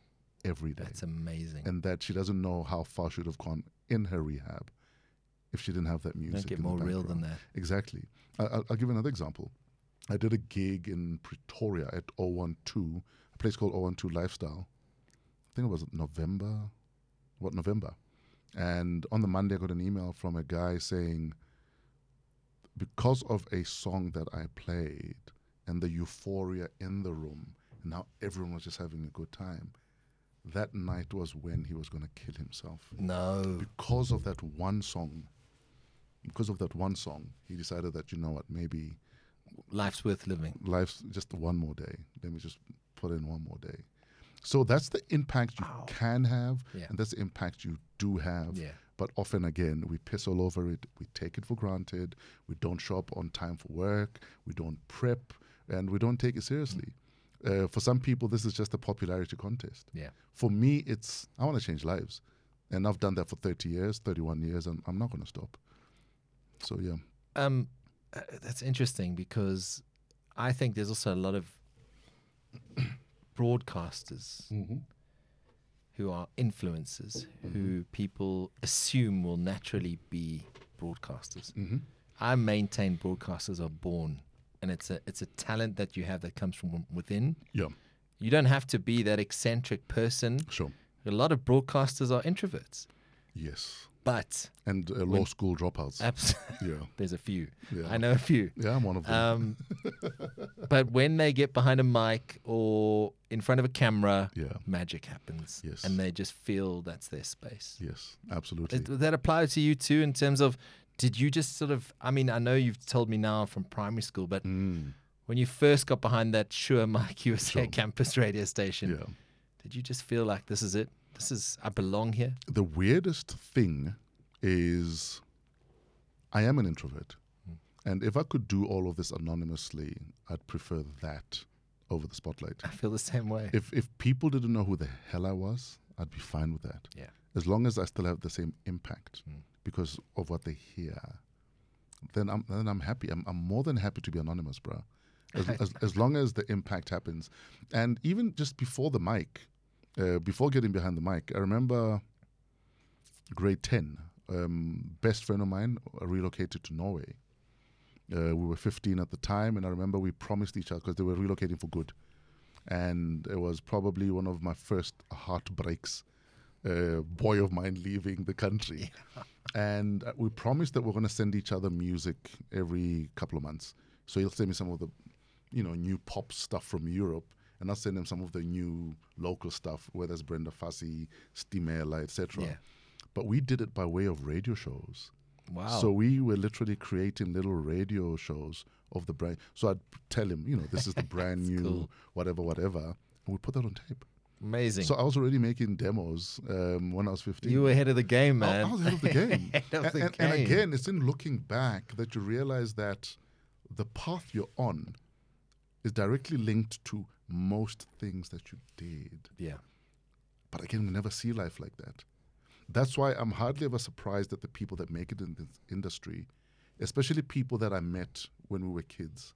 every day, That's amazing. and that she doesn't know how far she'd have gone in her rehab if she didn't have that music. Don't get in the more real than background. that. Exactly. I, I'll, I'll give another example. I did a gig in Pretoria at 012, a place called 012 Lifestyle. I think it was November. What November? And on the Monday, I got an email from a guy saying, because of a song that I played and the euphoria in the room, and how everyone was just having a good time, that night was when he was going to kill himself No. because of that one song, because of that one song, he decided that you know what, maybe Life's worth living. life's just one more day. Let me just put in one more day. So that's the impact you Wow. can have, Yeah. and that's the impact you do have. Yeah. But often again, we piss all over it. We take it for granted. We don't show up on time for work. We don't prep, and we don't take it seriously. Mm. Uh, for some people, this is just a popularity contest. Yeah. For me, it's I want to change lives, and I've done that for 30 years, 31 years, and I'm not going to stop. So yeah, Um, uh, that's interesting because I think there's also a lot of broadcasters who are influencers who people assume will naturally be broadcasters. I maintain broadcasters are born, and it's a it's a talent that you have that comes from within. yeah, You don't have to be that eccentric person. sure, A lot of broadcasters are introverts, yes, but and uh, law school dropouts. abs- yeah, there's a few. Yeah. I know a few. yeah, I'm one of them. Um, but when they get behind a mic or in front of a camera, Yeah. magic happens. Yes. And they just feel that's their space. yes, absolutely. Does that apply to you too in terms of did you just sort of, I mean, I know you've told me now from primary school, but Mm, when you first got behind that Sure Mike USA campus radio station, yeah. did you just feel like this is it? This is, I belong here? the weirdest thing is I am an introvert. And if I could do all of this anonymously, I'd prefer that over the spotlight. I feel the same way. If if people didn't know who the hell I was, I'd be fine with that. yeah. Hmm. As long as I still have the same impact because of what they hear, then I'm then I'm happy. I'm, I'm more than happy to be anonymous, bro. As, as, as long as the impact happens, and even just before the mic, uh, before getting behind the mic, I remember grade 10, um, best friend of mine relocated to Norway. Uh, we were 15 at the time, and I remember we promised each other because they were relocating for good. And it was probably one of my first heartbreaks, uh, boy of mine leaving the country. And uh, we promised that we're going to send each other music every couple of months. So he'll send me some of the, you know, new pop stuff from Europe, and I'll send him some of the new local stuff, whether it's Brenda Fassie, Stimela, etc Yeah. but we did it by way of radio shows. Wow. So we were literally creating little radio shows of the brand. So I'd tell him, you know, this is the brand new cool. whatever, whatever, and we put that on tape. Amazing. So I was already making demos um, when I was fifteen. you were ahead of the game, I- man. I was ahead of the game. Ahead of and, the and- and game. again, it's in looking back that you realize that the path you're on is directly linked to most things that you did. yeah. But again, we never see life like that. That's why I'm hardly ever surprised at the people that make it in this industry, especially people that I met when we were kids.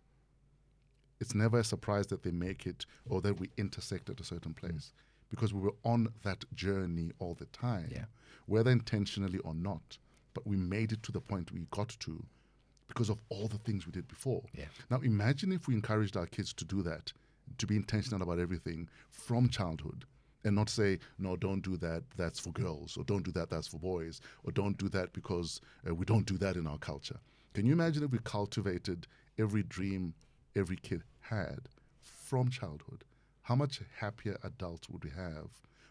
It's never a surprise that they make it or that we intersect at a certain Mm. place because we were on that journey all the time, Yeah. whether intentionally or not. But we made it to the point we got to because of all the things we did before. Yeah. Now imagine if we encouraged our kids to do that, to be intentional about everything from childhood and not say, no, don't do that, that's for girls, or don't do that, that's for boys, or don't do that because uh, we don't do that in our culture. Can you imagine if we cultivated every dream every kid had from childhood? How much happier adults would we have?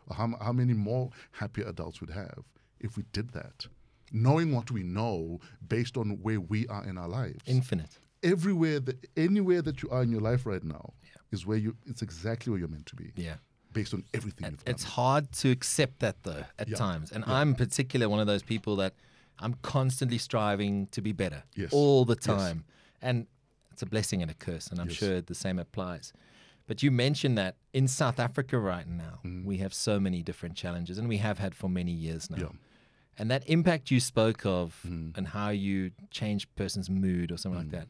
Or how, m- how many more happier adults would have if we did that? Knowing what we know based on where we are in our lives Infinite. everywhere that anywhere that you are in your life right now is where you it's exactly where you're meant to be Yeah. based on everything you've done It's hard to accept that though at times. And I'm in particular one of those people that I'm constantly striving to be better Yes. all the time. And it's a blessing and a curse. And I'm sure the same applies. But you mentioned that in South Africa right now, we have so many different challenges and we have had for many years now. And that impact you spoke of and how you change person's mood or something like that.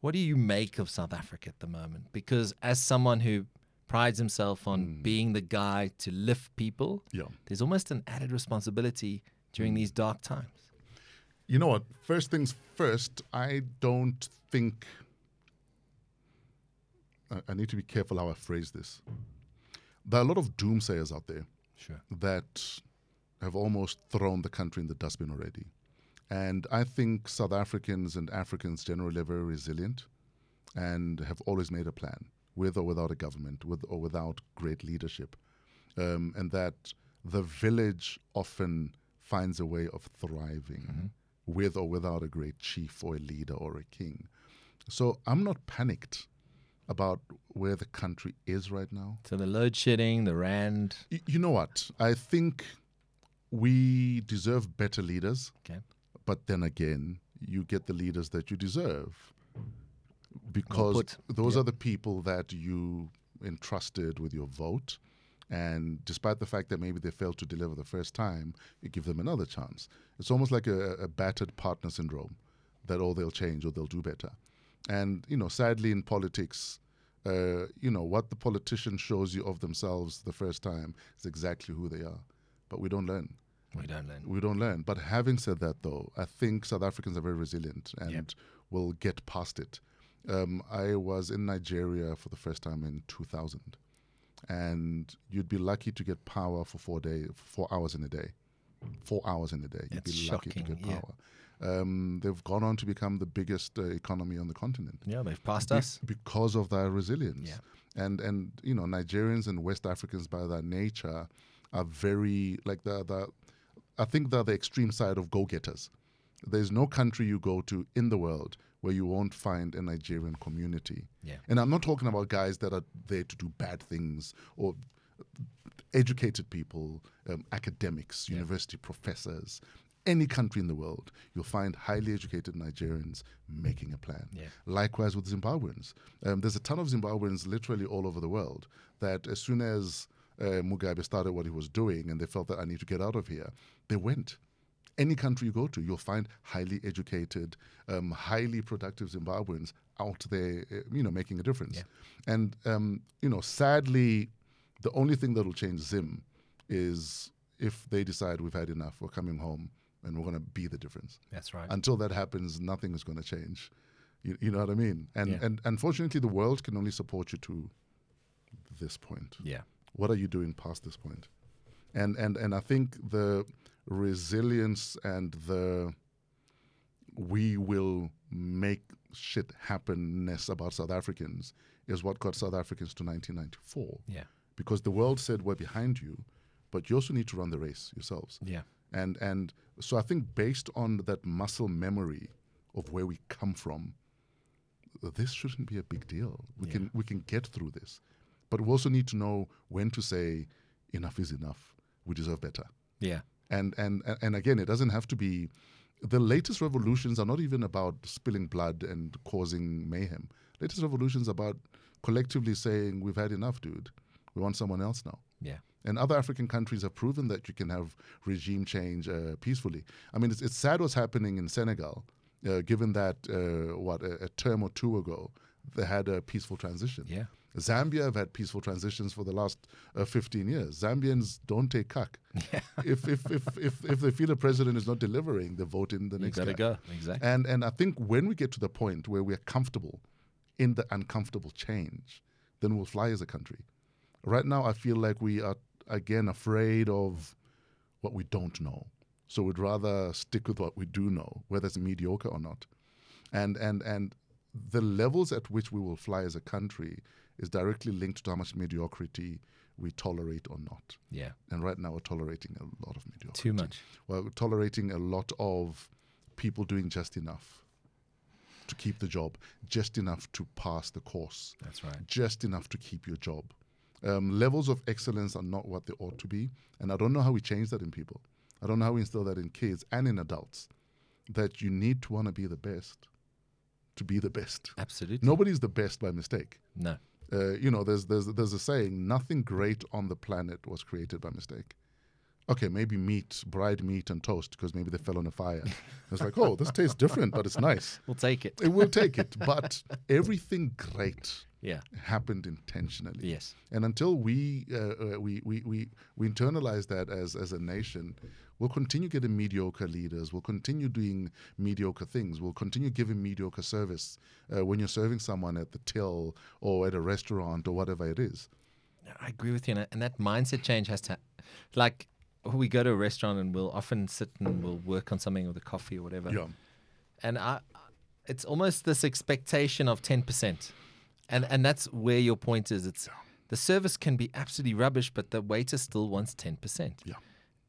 What do you make of South Africa at the moment? Because as someone who prides himself on being the guy to lift people, yeah there's almost an added responsibility during these dark times. you know what first things first i don't think I, I need to be careful how i phrase this there are a lot of doomsayers out there Sure. that have almost thrown the country in the dustbin already. And I think South Africans and Africans generally are very resilient and have always made a plan, with or without a government, with or without great leadership. Um, and that the village often finds a way of thriving, with or without a great chief or a leader or a king. So I'm not panicked about where the country is right now. So the load shedding, the rand. Y- You know what? I think we deserve better leaders, Okay. but then again, you get the leaders that you deserve because put. those are the people that you entrusted with your vote. And despite the fact that maybe they failed to deliver the first time, you give them another chance. It's almost like a, a battered partner syndrome that, oh, they'll change or they'll do better. And, you know, sadly in politics, uh, you know, what the politician shows you of themselves the first time is exactly who they are. But we don't learn We don't learn. we don't learn. But having said that, though, I think South Africans are very resilient and will get past it. Um, I was in Nigeria for the first time in 2000, and you'd be lucky to get power for four days, four hours in a day, four hours in a day. You'd That's be lucky to shocking, get yeah. power. Um, they've gone on to become the biggest uh, economy on the continent Yeah, they've passed be- us. because of their resilience. Yeah. And and you know Nigerians and West Africans by their nature are very like the the I think they're the extreme side of go getters. There's no country you go to in the world where you won't find a Nigerian community. Yeah. And I'm not talking about guys that are there to do bad things or educated people, um, academics, university professors, any country in the world, you'll find highly educated Nigerians making a plan. Yeah. Likewise with Zimbabweans. Um, there's a ton of Zimbabweans literally all over the world that as soon as uh, Mugabe started what he was doing and they felt that I need to get out of here, they went. Any country you go to, you'll find highly educated, um, highly productive Zimbabweans out there, uh, you know, making a difference. And um, you know, sadly, the only thing that'll change Zim is if they decide we've had enough, we're coming home, and we're going to be the difference That's right. until that happens, nothing is going to change. You, you know what I mean? And Yeah. and unfortunately, the world can only support you to this point. yeah. What are you doing past this point? And and and I think the resilience and the we will make shit happenness about South Africans is what got South Africans to 1994 Yeah. because the world said we're behind you, but you also need to run the race yourselves Yeah. and and so I think based on that muscle memory of where we come from, this shouldn't be a big deal. We can we can get through this, but we also need to know when to say enough is enough. We deserve better. Yeah. And and and- and again, it doesn't have to be. The latest revolutions are not even about spilling blood and causing mayhem. Latest revolutions are about collectively saying we've had enough, dude. We want someone else now. Yeah. And other African countries have proven that you can have regime change uh, peacefully. I mean, it's, it's sad what's happening in Senegal, uh, given that, uh, what, a, a term or two ago, they had a peaceful transition. Yeah. Zambia have had peaceful transitions for the last uh, 15 years. Zambians don't take cuck. Yeah. If, if, if, if, if they feel a president is not delivering, they vote in the You next gotta guy. go. Exactly. And and I think when we get to the point where we're comfortable in the uncomfortable change, then we'll fly as a country. Right now, I feel like we are again afraid of what we don't know, so we'd rather stick with what we do know, whether it's mediocre or not. And and and the levels at which we will fly as a country is directly linked to how much mediocrity we tolerate or not. Yeah. And right now, we're tolerating a lot of mediocrity Too much. well, tolerating a lot of people doing just enough to keep the job, just enough to pass the course, That's right. just enough to keep your job. Um, levels of excellence are not what they ought to be, and I don't know how we change that in people. I don't know how we instill that in kids and in adults that you need to want to be the best to be the best. Absolutely. Nobody's the best by mistake. No. Uh, you know, there's there's there's a saying: nothing great on the planet was created by mistake. Okay, maybe meat, dried meat, and toast, because maybe they fell on a fire. it's like, oh, this tastes different, but it's nice. We'll take it. It will take it, but everything great Yeah. happened intentionally. Yes. And until we, uh, uh, we, we, we, we internalize that as, as a nation, we'll continue getting mediocre leaders. We'll continue doing mediocre things. We'll continue giving mediocre service uh, when you're serving someone at the till or at a restaurant or whatever it is. I agree with you, and, and that mindset change has to, like, we go to a restaurant and we'll often sit and we'll work on something with a coffee or whatever. And I, it's almost this expectation of ten percent, and and that's where your point is. It's the service can be absolutely rubbish, but the waiter still wants ten percent. Yeah.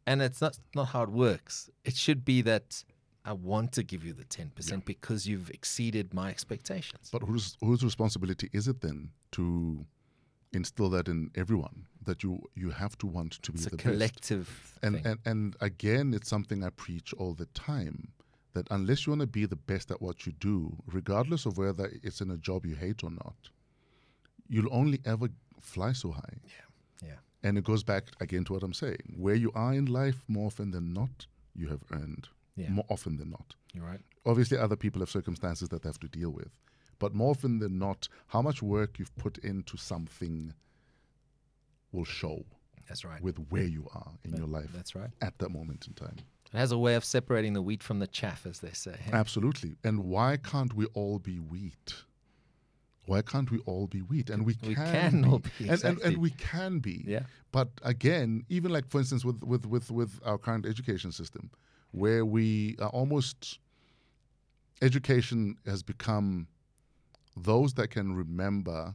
And it's not not how it works. It should be that I want to give you the ten percent because you've exceeded my expectations. But whose, whose responsibility is it then to instill that in everyone that you, you have to want to be It's a the best? collective And, thing. and and again, it's something I preach all the time that unless you want to be the best at what you do, regardless of whether it's in a job you hate or not, you'll only ever fly so high. yeah. And it goes back again to what I'm saying: where you are in life, more often than not, you have earned. Yeah. More often than not, You're right. obviously, other people have circumstances that they have to deal with, but more often than not, how much work you've put into something will show That's right. with where you are in your life That's right. at that moment in time. It has a way of separating the wheat from the chaff, as they say. Ah. Absolutely. And why can't we all be wheat? Why can't we all be wheat? And we can, We can all be, and, and, exactly. and we can be. Yeah. But again, even like for instance with with with, with our current education system, where we are almost education has become those that can remember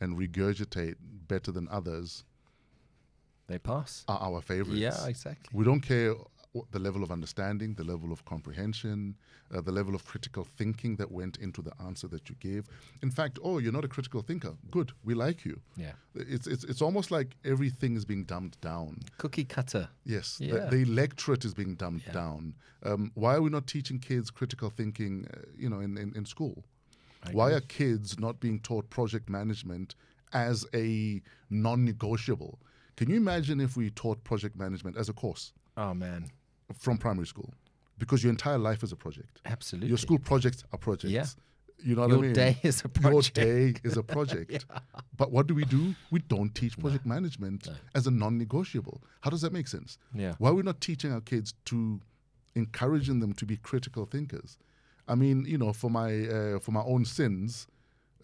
and regurgitate better than others They pass. are our favorites. Yeah, exactly. We don't care what the level of understanding, the level of comprehension, uh, the level of critical thinking that went into the answer that you gave. In fact, oh, you're not a critical thinker. Good, we like you. Yeah. It's it's it's almost like everything is being dumbed down. Cookie cutter. Yes, the- Yeah. the, electorate is being dumbed down. Um, why are we not teaching kids critical thinking, uh, you know, in, in, in school? Why are kids not being taught project management as a non-negotiable? Can you imagine if we taught project management as a course Oh, man. from primary school? Because your entire life is a project. Absolutely. Your school projects are projects. Yeah. You know what Your I mean? day is a Your project. day is a project. But what do we do? We don't teach project management as a non negotiable. How does that make sense? Yeah. Why are we not teaching our kids to encouraging them to be critical thinkers? I mean, you know, for my, uh, for my own sins,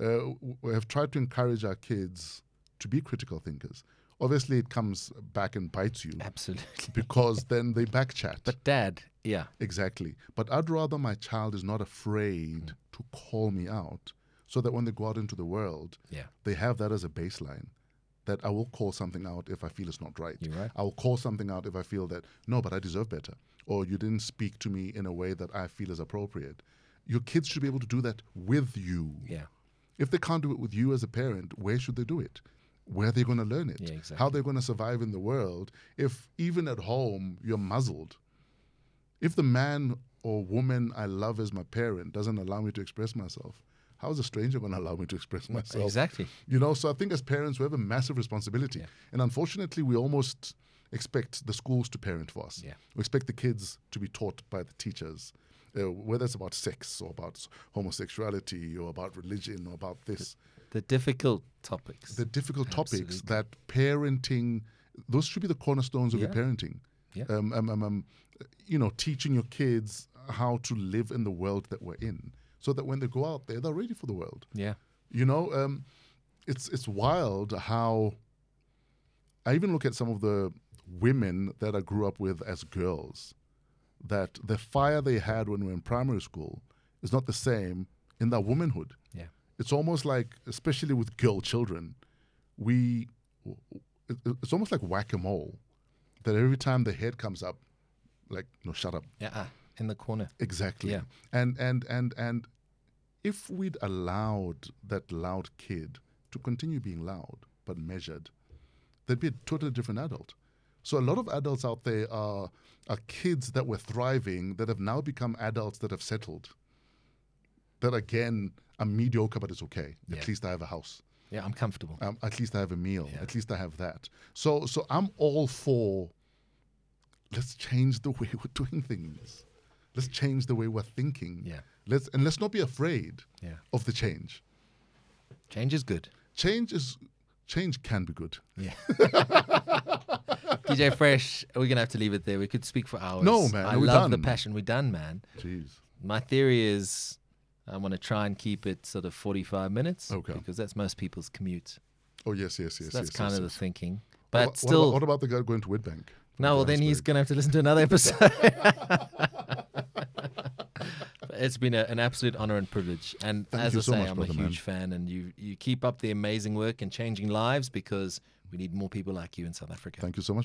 uh, we have tried to encourage our kids to be critical thinkers. Obviously, it comes back and bites you Absolutely. because then they backchat. But dad, yeah. Exactly. But I'd rather my child is not Mm. afraid to call me out so that when they go out into the world, Yeah. they have that as a baseline that I will call something out if I feel it's not right. You're right. I will call something out if I feel that, no, but I deserve better. Or you didn't speak to me in a way that I feel is appropriate. Your kids should be able to do that with you. Yeah. If they can't do it with you as a parent, where should they do it? Where are they going to learn it? Yeah, exactly. How they're going to survive in the world if even at home you're muzzled? If the man or woman I love as my parent doesn't allow me to express myself, how is a stranger going to allow me to express myself? Exactly. You know, so I think as parents, we have a massive responsibility. And unfortunately, we almost expect the schools to parent for us. Yeah. We expect the kids to be taught by the teachers, uh, whether it's about sex or about s- homosexuality or about religion or about this. The difficult topics. The difficult topics that parenting, those should be the cornerstones of your Yeah. parenting. Yeah. Um, um, um, um, you know, teaching your kids how to live in the world that we're in so that when they go out there, they're ready for the world. yeah. You know, um, it's it's wild how I even look at some of the women that I grew up with as girls, that the fire they had when we were in primary school is not the same in their womanhood. Yeah. It's almost like, especially with girl children, we it- it's almost like whack a mole. That every time the head comes up, like no, shut up. Yeah. ah, In the corner. Exactly. Yeah. And and and and if we'd allowed that loud kid to continue being loud but measured, they'd be a totally different adult. So a lot of adults out there are are kids that were thriving that have now become adults that have settled. That again are mediocre, but it's okay. At Yeah. least I have a house. Yeah. I'm comfortable. Um, at least I have a meal. Yeah. At least I have that. So so I'm all for let's change the way we're doing things. Let's change the way we're thinking. Yeah. Let's and let's not be afraid Yeah. of the change. Change is good. Change is change can be good. Yeah. DJ Fresh, we're gonna have to leave it there. We could speak for hours. No, man, I we're love the done. passion. We're done, man. Jeez. My theory is I want to try and keep it sort of 45 minutes. Okay. Because that's most people's commute. Oh yes, yes, yes. So that's yes, kind yes, of yes. the thinking. Wha- But what, still, About, what about the guy going to Witbank? no, well, then he's going to have to listen to another episode. But it's been a, an absolute honor and privilege. And Thank as you I so say, much, I'm a brother, huge man. fan, and you, you keep up the amazing work and changing lives because we need more people like you in South Africa. Thank you so much.